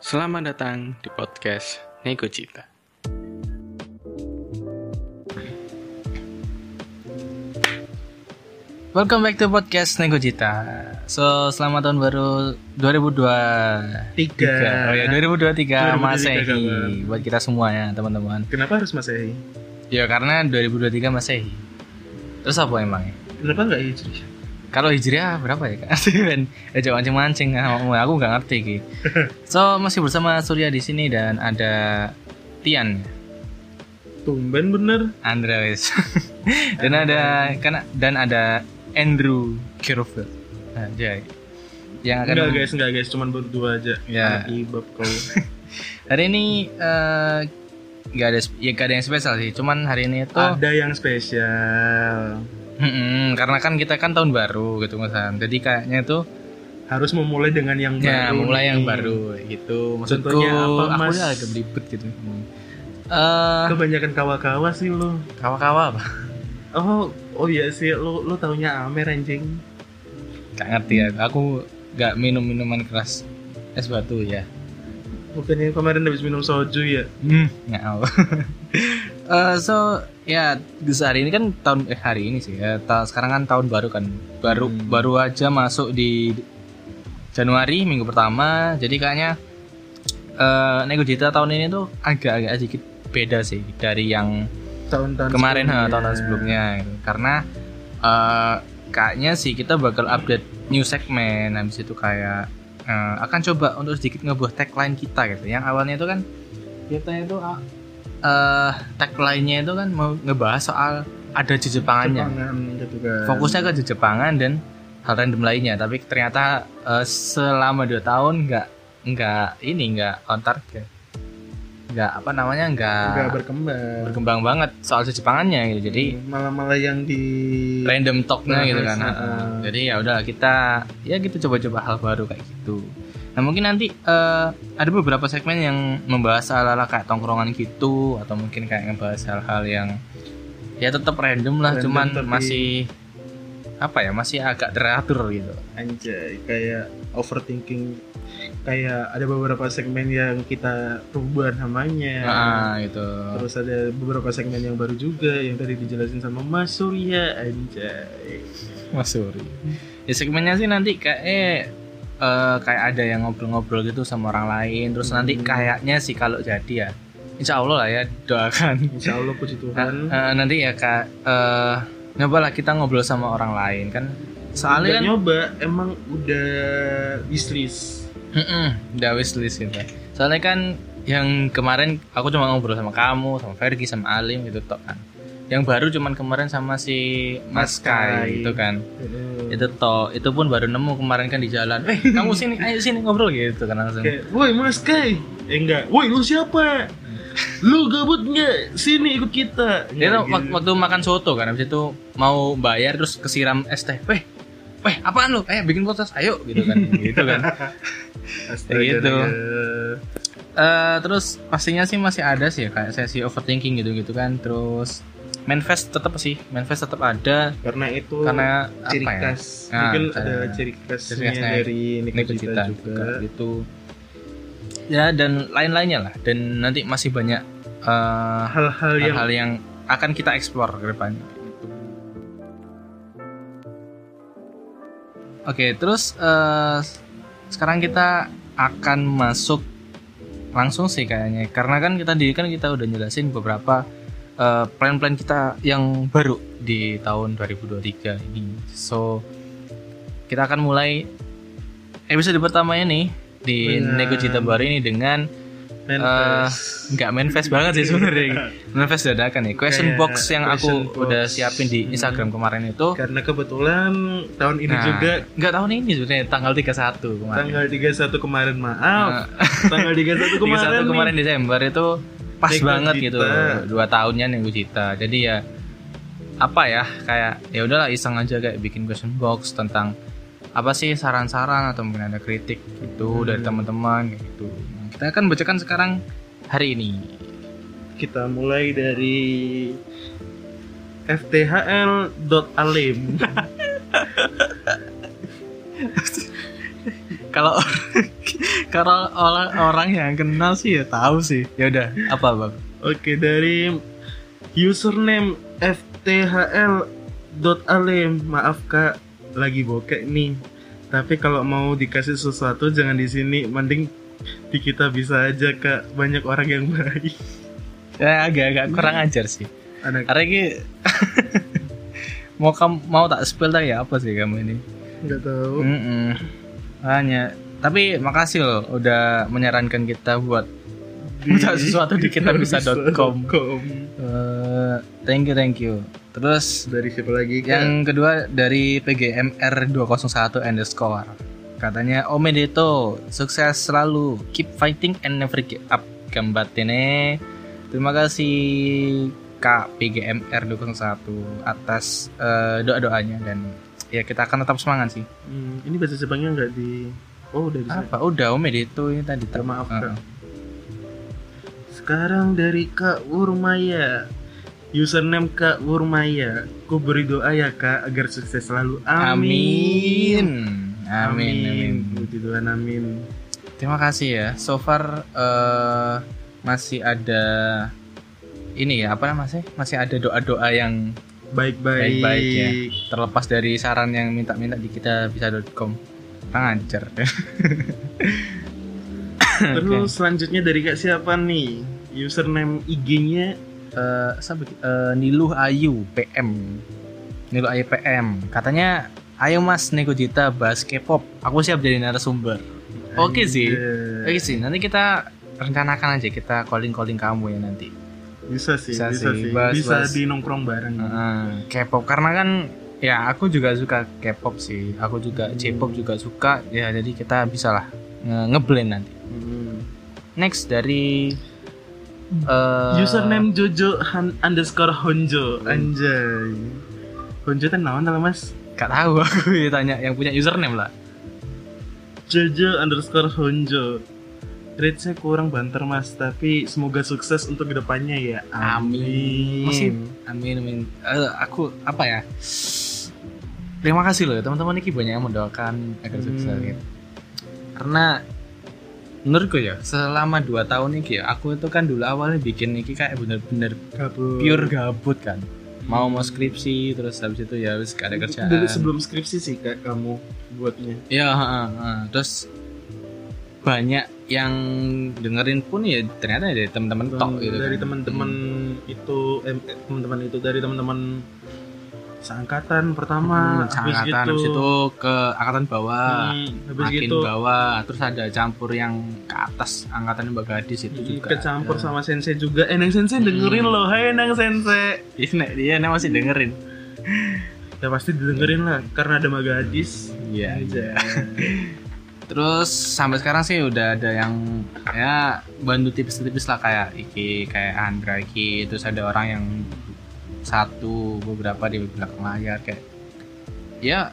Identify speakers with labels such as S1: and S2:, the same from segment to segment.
S1: Selamat datang di podcast Nego Cita.
S2: Welcome back to podcast Nego Cita. So, selamat tahun baru 2023.
S3: Tiga.
S2: Oh ya, 2023,
S3: 2023
S2: Masehi
S3: kawan.
S2: buat kita semua ya, teman-teman.
S3: Kenapa harus Masehi?
S2: Ya, karena 2023 Masehi. Terus apa emangnya?
S3: Kenapa nggak Hijri?
S2: Kalau Hijriah berapa ya, Kak? Ben, eh, jangan mancing-mancing. ah, ngomong. Aku nggak ngerti, Ki. So, masih bersama Surya di sini dan ada Tian.
S3: Tumben bener.
S2: Andra wes. dan ada karena dan ada Andrew Garfield. Anjay. ya. Yang akan
S3: Enggak guys, enggak guys, cuman berdua aja.
S2: Ya.
S3: Anak Ibab kau.
S2: hari ini eh, nggak ada sp- ya nggak ada yang spesial sih. Cuman hari ini itu
S3: Ada yang spesial.
S2: Mm-mm, karena kan kita kan tahun baru gitu Mas Ham. Jadi kayaknya itu
S3: Harus memulai dengan yang
S2: ya
S3: baru.
S2: mulai yang
S3: nih.
S2: baru gitu. Maksudku
S3: Contohnya apa,
S2: aku
S3: Mas?
S2: udah agak belibet gitu. Eh,
S3: Kebanyakan kawa-kawa sih lo.
S2: kawa-kawa apa?
S3: Oh, oh iya sih lo lo taunya Amer anjing.
S2: Gak ngerti ya. Aku nggak minum minuman keras es batu ya.
S3: Bukannya kemarin habis minum soju ya?
S2: Hmm, ngau. Eh, so ya di hari ini kan tahun eh hari ini sih ya. ta- sekarang kan tahun baru kan. Baru
S3: Hmm.
S2: baru aja masuk di Januari minggu pertama. Jadi kayaknya eh Nego Dita tahun ini tuh agak-agak sedikit beda sih dari yang
S3: Tahun-tahun
S2: kemarin ha,
S3: sebelumnya.
S2: tahun-tahun sebelumnya gitu. Karena eh, kayaknya sih kita bakal update new segmen habis itu kayak eh, akan coba untuk sedikit ngebuat tagline kita gitu. Yang awalnya itu kan
S3: Iya,
S2: kita itu ah, eh tagline-nya itu kan mau ngebahas soal ada jejepangannya.
S3: Jepangan gitu kan.
S2: Fokusnya ke jejepangan dan hal random lainnya, tapi ternyata eh, selama 2 tahun nggak nggak ini nggak on target. Nggak apa namanya
S3: enggak berkembang.
S2: berkembang banget soal sejepangannya gitu jadi
S3: malah-malah yang di
S2: random
S3: Nah,
S2: talknya gitu kan
S3: Bahasa.
S2: Heeh. jadi ya udah kita ya gitu coba-coba hal baru kayak gitu nah mungkin nanti eh, ada beberapa segmen yang membahas ala-ala kayak tongkrongan gitu atau mungkin kayak ngebahas hal-hal yang ya tetap random lah
S3: Random
S2: cuman
S3: tapi-
S2: masih apa ya masih agak teratur gitu
S3: Anjay, kayak overthinking kayak ada beberapa segmen yang kita rubah namanya
S2: Heeh, gitu
S3: Ya. terus ada beberapa segmen yang baru juga yang tadi dijelasin sama Mas Surya anjay
S2: Mas Suri. Ya segmennya sih nanti kayak eh, eh, kayak ada yang ngobrol-ngobrol gitu sama orang lain. Terus nanti
S3: Hmm.
S2: kayaknya sih kalau jadi ya, Insya Allah lah ya doakan.
S3: Insya Allah puji
S2: Nah,
S3: Tuhan
S2: eh, nanti ya kak, eh nyoba lah kita ngobrol sama orang lain kan. Soalnya
S3: Nggak
S2: kan,
S3: nyoba emang udah bisnis
S2: Mm-mm, udah wishlist gitu. Soalnya kan yang kemarin aku cuma ngobrol sama kamu, sama Fergie, sama Alim gitu tok kan. Yang baru cuman kemarin sama si Mas
S3: Mas Kai.
S2: Kai gitu kan.
S3: Heeh.
S2: itu toh itu pun baru nemu kemarin kan di jalan eh kamu sini ayo sini ngobrol gitu kan langsung
S3: kayak woi Mas Kai eh enggak woi lu siapa lu gabut nggak sini ikut kita
S2: dia
S3: Nggak
S2: tuh wak-
S3: gitu.
S2: waktu makan soto kan habis itu mau bayar terus kesiram es teh weh weh apaan lu eh bikin kulkas ayo gitu kan gitu kan
S3: Astaga,
S2: gitu.
S3: ya.
S2: Eh, terus pastinya sih masih ada sih ya, kayak sesi overthinking gitu gitu kan terus manifest tetap sih manifest tetap ada
S3: karena itu
S2: karena
S3: Oh, ciri
S2: apa ya
S3: khas
S2: Nah,
S3: mungkin
S2: cara-
S3: ada ciri khasnya
S2: ciri khasnya
S3: dari Nikita
S2: Nikocita
S3: juga,
S2: juga gitu ya dan lain-lainnya lah dan nanti masih banyak eh,
S3: hal-hal yang
S2: hal-hal yang akan kita explore ke depannya. Oke, terus eh, sekarang kita akan masuk langsung sih kayaknya, karena kan kita di kan kita udah jelasin beberapa eh, plan-plan kita yang baru di tahun 2023 ini. So kita akan mulai episode pertamanya nih di
S3: Benar.
S2: Nego Cita Baru ini dengan
S3: manifest.
S2: nggak manifest banget sih sebenarnya manifest dadakan ya question
S3: Kayak
S2: box yang
S3: question
S2: aku
S3: box.
S2: udah siapin di
S3: Hmm.
S2: Instagram kemarin itu
S3: karena kebetulan tahun ini
S2: Nah,
S3: juga
S2: nggak tahun ini sebenarnya tanggal 31 kemarin
S3: tanggal 31 kemarin maaf
S2: Nah,
S3: tanggal 31 kemarin
S2: 31
S3: nih.
S2: kemarin Desember itu pas
S3: Nego
S2: banget
S3: Cita.
S2: gitu dua tahunnya Nego Cita jadi ya apa ya kayak ya udahlah iseng aja kayak bikin question box tentang apa sih saran-saran atau mungkin ada kritik gitu
S3: Hmm.
S2: dari teman-teman kayak gitu Nah, kita akan bacakan sekarang hari ini
S3: kita mulai dari fthl.alim
S2: kalau Karena orang orang yang kenal sih ya tahu sih. Ya udah, apa bang?
S3: Oke dari username fthl maaf kak lagi bokek nih. Tapi kalau mau dikasih sesuatu jangan di sini, mending di kita bisa aja kak banyak orang yang baik.
S2: Ya agak-agak kurang ajar sih.
S3: Anak
S2: Karena ini mau kamu mau tak spill tadi ya apa sih kamu ini?
S3: nggak
S2: Oh.
S3: tahu.
S2: Mm-mm. Hanya. Tapi makasih loh udah menyarankan kita buat minta sesuatu kan di kitabisa.com.
S3: kitabisa.com.
S2: eh, thank you thank you. Terus
S3: Dari siapa lagi kak?
S2: Yang kedua dari PGMR201 underscore Katanya Omedeto Sukses selalu Keep fighting and never give up Gambatene Terima kasih Kak PGMR201 Atas eh, doa-doanya Dan ya kita akan tetap semangat sih
S3: Hmm, ini bahasa Jepangnya nggak di Oh udah di
S2: Apa? Udah Omedeto ini tadi
S3: Minta maaf,
S2: Heeh.
S3: Kak. Sekarang dari Kak Wurmaya. Username Kak Wurmaya. Ku beri doa ya Kak agar sukses selalu.
S2: Amin
S3: Amin.
S2: Amin, amin.
S3: Puji Tuhan amin.
S2: Terima kasih ya. So far eh, masih ada ini ya apa namanya? Masih ada doa-doa yang
S3: Baik-baik.
S2: Baik-baik, ya. terlepas dari saran yang minta-minta di kita bisa.com. Ngajar.
S3: Terus selanjutnya dari Kak siapa nih? Username IG-nya
S2: Eh, siapa ki- eh, Niluh Ayu PM. Niluh Ayu PM. Katanya Ayo Mas Nekojita bahas K-pop. Aku siap jadi narasumber. Oke sih.
S3: Anjay.
S2: Oke sih, nanti kita rencanakan aja kita calling-calling kamu ya nanti.
S3: Bisa sih,
S2: Bisa sih.
S3: bisa,
S2: Ah,
S3: sih.
S2: Bahas-
S3: bisa
S2: bahas.
S3: di nongkrong bareng.
S2: Heeh, K-pop karena kan ya aku juga suka K-pop sih. Aku juga
S3: Hmm.
S2: J-pop juga suka. Ya jadi kita bisa lah nge- ngeblend nanti.
S3: Hmm.
S2: Next dari eh, Hmm.
S3: Username Jojo han- underscore Honjo Anjay Honjo kan naon lah mas
S2: gak tahu aku ditanya yang punya username lah.
S3: Jojo underscore Honjo Rate saya kurang banter mas Tapi semoga sukses untuk kedepannya ya
S2: Amin. Masih- Amin amin. Eh, aku apa ya? Terima kasih loh ya, teman-teman ini banyak yang mendoakan agar sukses
S3: Hmm.
S2: gitu. Karena menurutku ya selama 2 tahun ini ya aku itu kan dulu awalnya bikin ini kayak bener-bener
S3: Kabur.
S2: pure gabut kan mau mau skripsi terus habis itu ya habis gak ada kerjaan
S3: Dulu sebelum skripsi sih kak kamu buatnya
S2: ya heeh, heeh. terus banyak yang dengerin pun ya ternyata dari teman-teman tok gitu
S3: Dari
S2: kan.
S3: teman-teman itu eh, Teman-teman itu dari teman-teman Seangkatan pertama gitu.
S2: Hmm, angkatan habis itu ke angkatan bawah
S3: hmm, habis
S2: makin
S3: gitu
S2: bawah terus ada campur yang ke atas angkatan mbak gadis itu
S3: Mm,
S2: juga Ya. ada.
S3: kecampur sama sensei juga. Eh, Nang sensei dengerin
S2: Mm.
S3: loh. Hai Nang sensei.
S2: Iya, Nek, dia Nek, masih dengerin
S3: Ya pasti didengerin lah karena ada Mbak Gadis.
S2: iya
S3: Aja.
S2: Terus sampai sekarang sih udah ada yang ya bantu tipis-tipis lah kayak Iki, kayak Andra Iki, terus ada orang yang satu beberapa di belakang layar kayak ya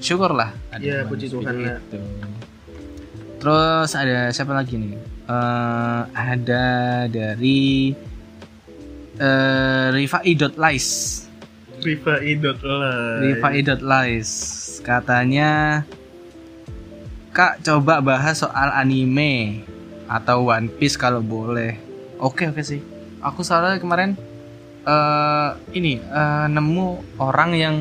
S2: syukurlah ada
S3: Ya,
S2: yang
S3: puji
S2: bantu
S3: Tuhan,
S2: seperti itu. Terus ada siapa lagi nih? Eh, ada dari eh Rifai.lies
S3: Riva Idot lah.
S2: Rifai.lies katanya Kak coba bahas soal anime atau One Piece kalau boleh. Oke oke sih. Aku soalnya kemarin eh ini eh, nemu orang yang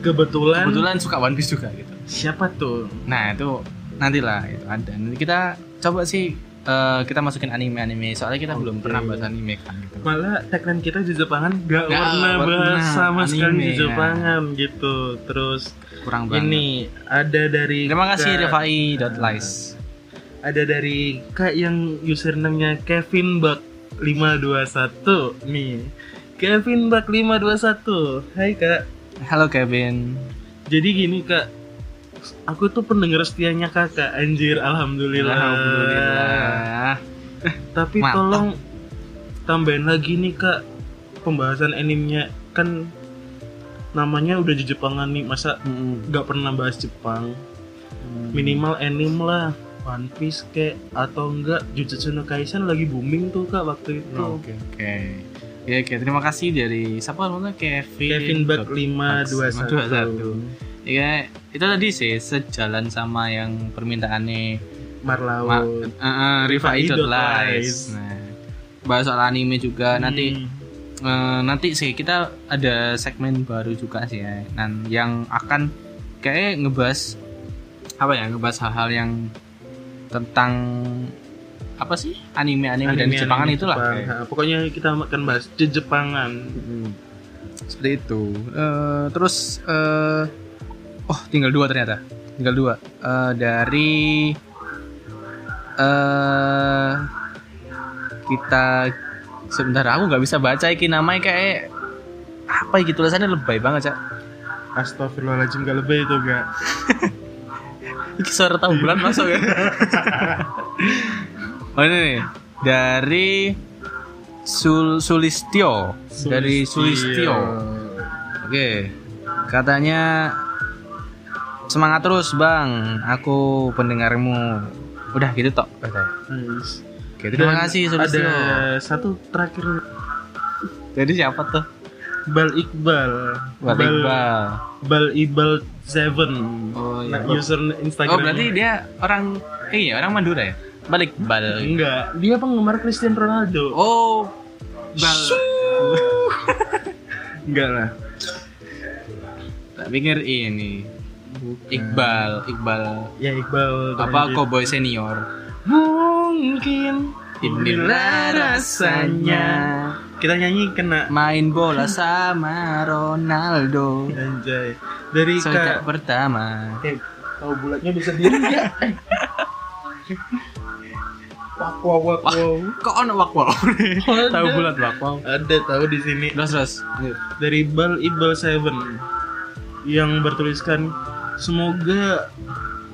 S3: Kebetulan,
S2: kebetulan suka One Piece juga gitu.
S3: siapa tuh?
S2: Nah itu nantilah itu ada. Nanti kita coba sih eh, kita masukin anime anime soalnya kita belum
S3: Oke.
S2: pernah bahas anime kan gitu.
S3: Malah tagline kita di Jepangan gak
S2: Nggak
S3: pernah
S2: pernah.
S3: bahas sama
S2: Anime,
S3: sekali di
S2: ya.
S3: Jepangan gitu. Terus
S2: Kurang banget.
S3: ini ada dari
S2: Terima kasih
S3: Kak-
S2: Rifai.lies.
S3: Ada dari Kak yang username-nya Kevin Bak 521 nih. Kevin Bak 521. Hai Kak.
S2: Halo Kevin.
S3: Jadi gini kak, aku tuh pendengar setianya kakak. Anjir, alhamdulillah.
S2: Alhamdulillah.
S3: Tapi
S2: Mantap.
S3: tolong tambahin lagi nih kak pembahasan animnya kan namanya udah di Jepangan nih masa nggak pernah bahas Jepang minimal anime lah One Piece kek atau enggak Jujutsu no Kaisen lagi booming tuh kak waktu itu
S2: Oh, Oke oke. Ya oke terima kasih dari siapa namanya Kevin.
S3: Kevin Bak 521
S2: Ya, 521. Iya itu tadi sih sejalan sama yang permintaannya
S3: Marlau.
S2: Ma- uh, Rifai
S3: Ah, Rifai dot
S2: Lies.
S3: lies.
S2: Nah, bahas soal anime juga nanti eh,
S3: Hmm.
S2: nanti sih kita ada segmen baru juga sih ya. Dan yang akan kayak ngebahas apa ya ngebahas hal-hal yang tentang apa sih anime-anime dan
S3: Anime-anime
S2: Jepangan itulah
S3: Jepang.
S2: kayak.
S3: Ha, pokoknya kita akan bahas Jejepangan.
S2: Hmm. seperti itu Eh, terus eh oh tinggal dua ternyata tinggal dua Eh, dari eh kita sebentar aku nggak bisa baca iki namanya kayak apa iki tulisannya lebay banget cak
S3: Astagfirullahaladzim gak lebih itu gak.
S2: iki suara tahu bulan masuk ya oh ini nih dari Sul Sulistio dari Sulistio Oke, katanya semangat terus bang, aku pendengarmu. Udah gitu tok. katanya.
S3: Nice.
S2: Oke, terima
S3: Nah, Dan
S2: kasih
S3: Ada
S2: sudah setia.
S3: satu terakhir
S2: Jadi siapa tuh?
S3: Bal Iqbal.
S2: Buat Iqbal.
S3: Bal Iqbal Seven.
S2: Oh, iya.
S3: Nah, user Instagram.
S2: Oh berarti dia orang, eh iya, orang Madura ya? Balik bal.
S3: enggak. Dia penggemar Cristiano Ronaldo.
S2: Oh, bal.
S3: Enggak lah.
S2: Tak pikir ini Iqbal, Iqbal
S3: Ya Iqbal.
S2: apa
S3: Terlanjut.
S2: Cowboy Senior.
S3: Mungkin
S2: Inilah rasanya
S3: Kita nyanyi kena
S2: main bola sama Ronaldo.
S3: Anjay. Dari
S2: Sontak
S3: Kak
S2: pertama.
S3: Eh, tahu bulatnya bisa diri ya? Wak wow wak wow.
S2: Kok ono wakwal? Tahu bulat wakwal.
S3: Ada tahu di sini
S2: Terus terus.
S3: dari Bal Ibal Seven yang bertuliskan semoga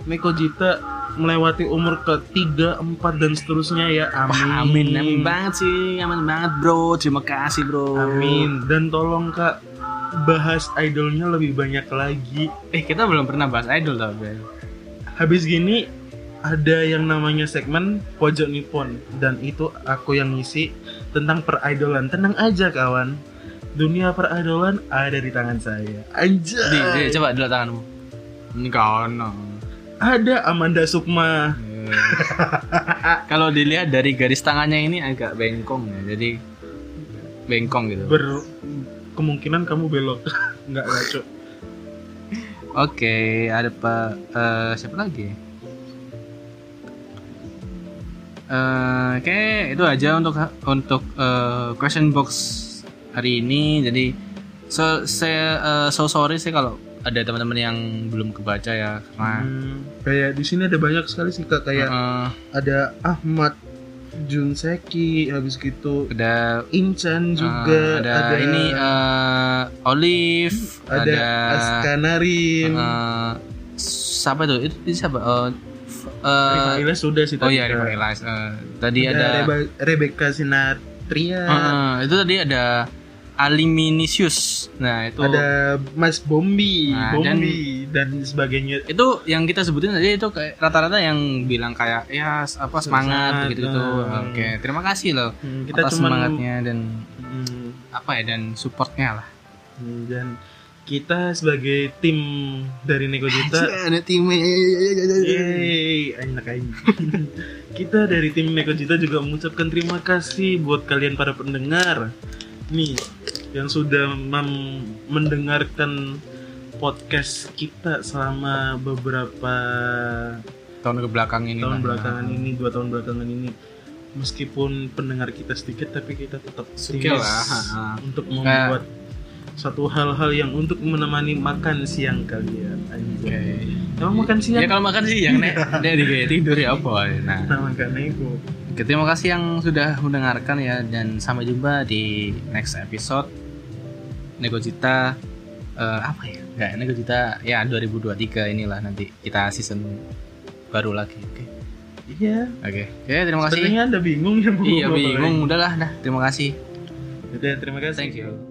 S3: Meko Jita melewati umur ke 3, 4 dan seterusnya ya. Amin.
S2: Amin, amin banget sih, amin banget bro. Terima kasih bro.
S3: Amin. Dan tolong Kak bahas idolnya lebih banyak lagi.
S2: Eh kita belum pernah bahas idol tau Bel.
S3: Habis gini ada yang namanya segmen pojok Nippon dan itu aku yang ngisi tentang peridolan. Tenang aja kawan. Dunia peridolan ada di tangan saya.
S2: Di, di,
S3: Anjay.
S2: coba dulu tanganmu. Ini kau no.
S3: Ada Amanda Sukma.
S2: Eh. Kalau dilihat dari garis tangannya ini agak bengkong ya, jadi bengkong gitu.
S3: Ber kemungkinan kamu belok. Enggak ngaco.
S2: Oke, ada Pak eh, siapa lagi? Eh, Oke, itu aja untuk untuk eh, question box hari ini. Jadi so saya eh, so sorry sih kalau ada teman-teman yang belum kebaca ya karena
S3: Hmm, Iya. kayak di sini ada banyak sekali sih Kak kayak
S2: eh,
S3: ada Ahmad Junseki habis gitu
S2: ada
S3: Incan
S2: eh,
S3: juga
S2: ada, ini eh, Olive,
S3: ada,
S2: ada,
S3: Askanarim.
S2: eh, siapa itu? Itu siapa? Eh, f- eh,
S3: Rifaila sudah sih
S2: oh
S3: tadi,
S2: iya,
S3: Kak.
S2: Rifai Lies. Eh, tadi
S3: ada,
S2: ada
S3: Reba- Rebecca Sinatria
S2: Heeh, itu tadi ada Aliminisius. Nah, itu
S3: ada Mas Bombi
S2: Nah,
S3: Bombi dan, sebagainya
S2: itu yang kita sebutin aja itu kayak rata-rata yang bilang kayak ya s- apa
S3: Semangat,
S2: semangat gitu-gitu.
S3: nah.
S2: Oke, terima kasih loh
S3: Hmm, kita
S2: atas
S3: cuman
S2: semangatnya dan
S3: Hmm,
S2: apa ya dan supportnya lah.
S3: hmm, dan kita sebagai tim dari Nekojita
S2: Iya, ada timnya. iya,
S3: Iya. Yeay, enak aja. Kita dari tim Nekojita juga mengucapkan terima kasih buat kalian para pendengar. Nih, yang sudah mem- mendengarkan podcast kita selama beberapa
S2: Tahun ke belakang ini. lah.
S3: tahun
S2: ya.
S3: belakangan ini, dua tahun belakangan ini. Meskipun pendengar kita sedikit, tapi kita tetap
S2: Oke
S3: optimis
S2: lah, ha-ha.
S3: untuk membuat satu hal-hal yang untuk menemani makan siang kalian. Anjay.
S2: Oke.
S3: Emang makan siang?
S2: Ya kalau makan sih yang nek nek di kayak tidur ya apa. Nah,
S3: Nah, makanya itu.
S2: Oke, terima kasih yang sudah mendengarkan ya dan sampai jumpa di next episode Negojita eh, apa ya? Enggak, Negojita ya 2023 inilah nanti kita season baru lagi. Oke.
S3: Iya.
S2: Oke. Oke, terima kasih.
S3: Sepertinya anda bingung ya Bu.
S2: Iya,
S3: Bapak.
S2: bingung udahlah dah. Terima kasih.
S3: Udah, terima kasih.
S2: Thank you.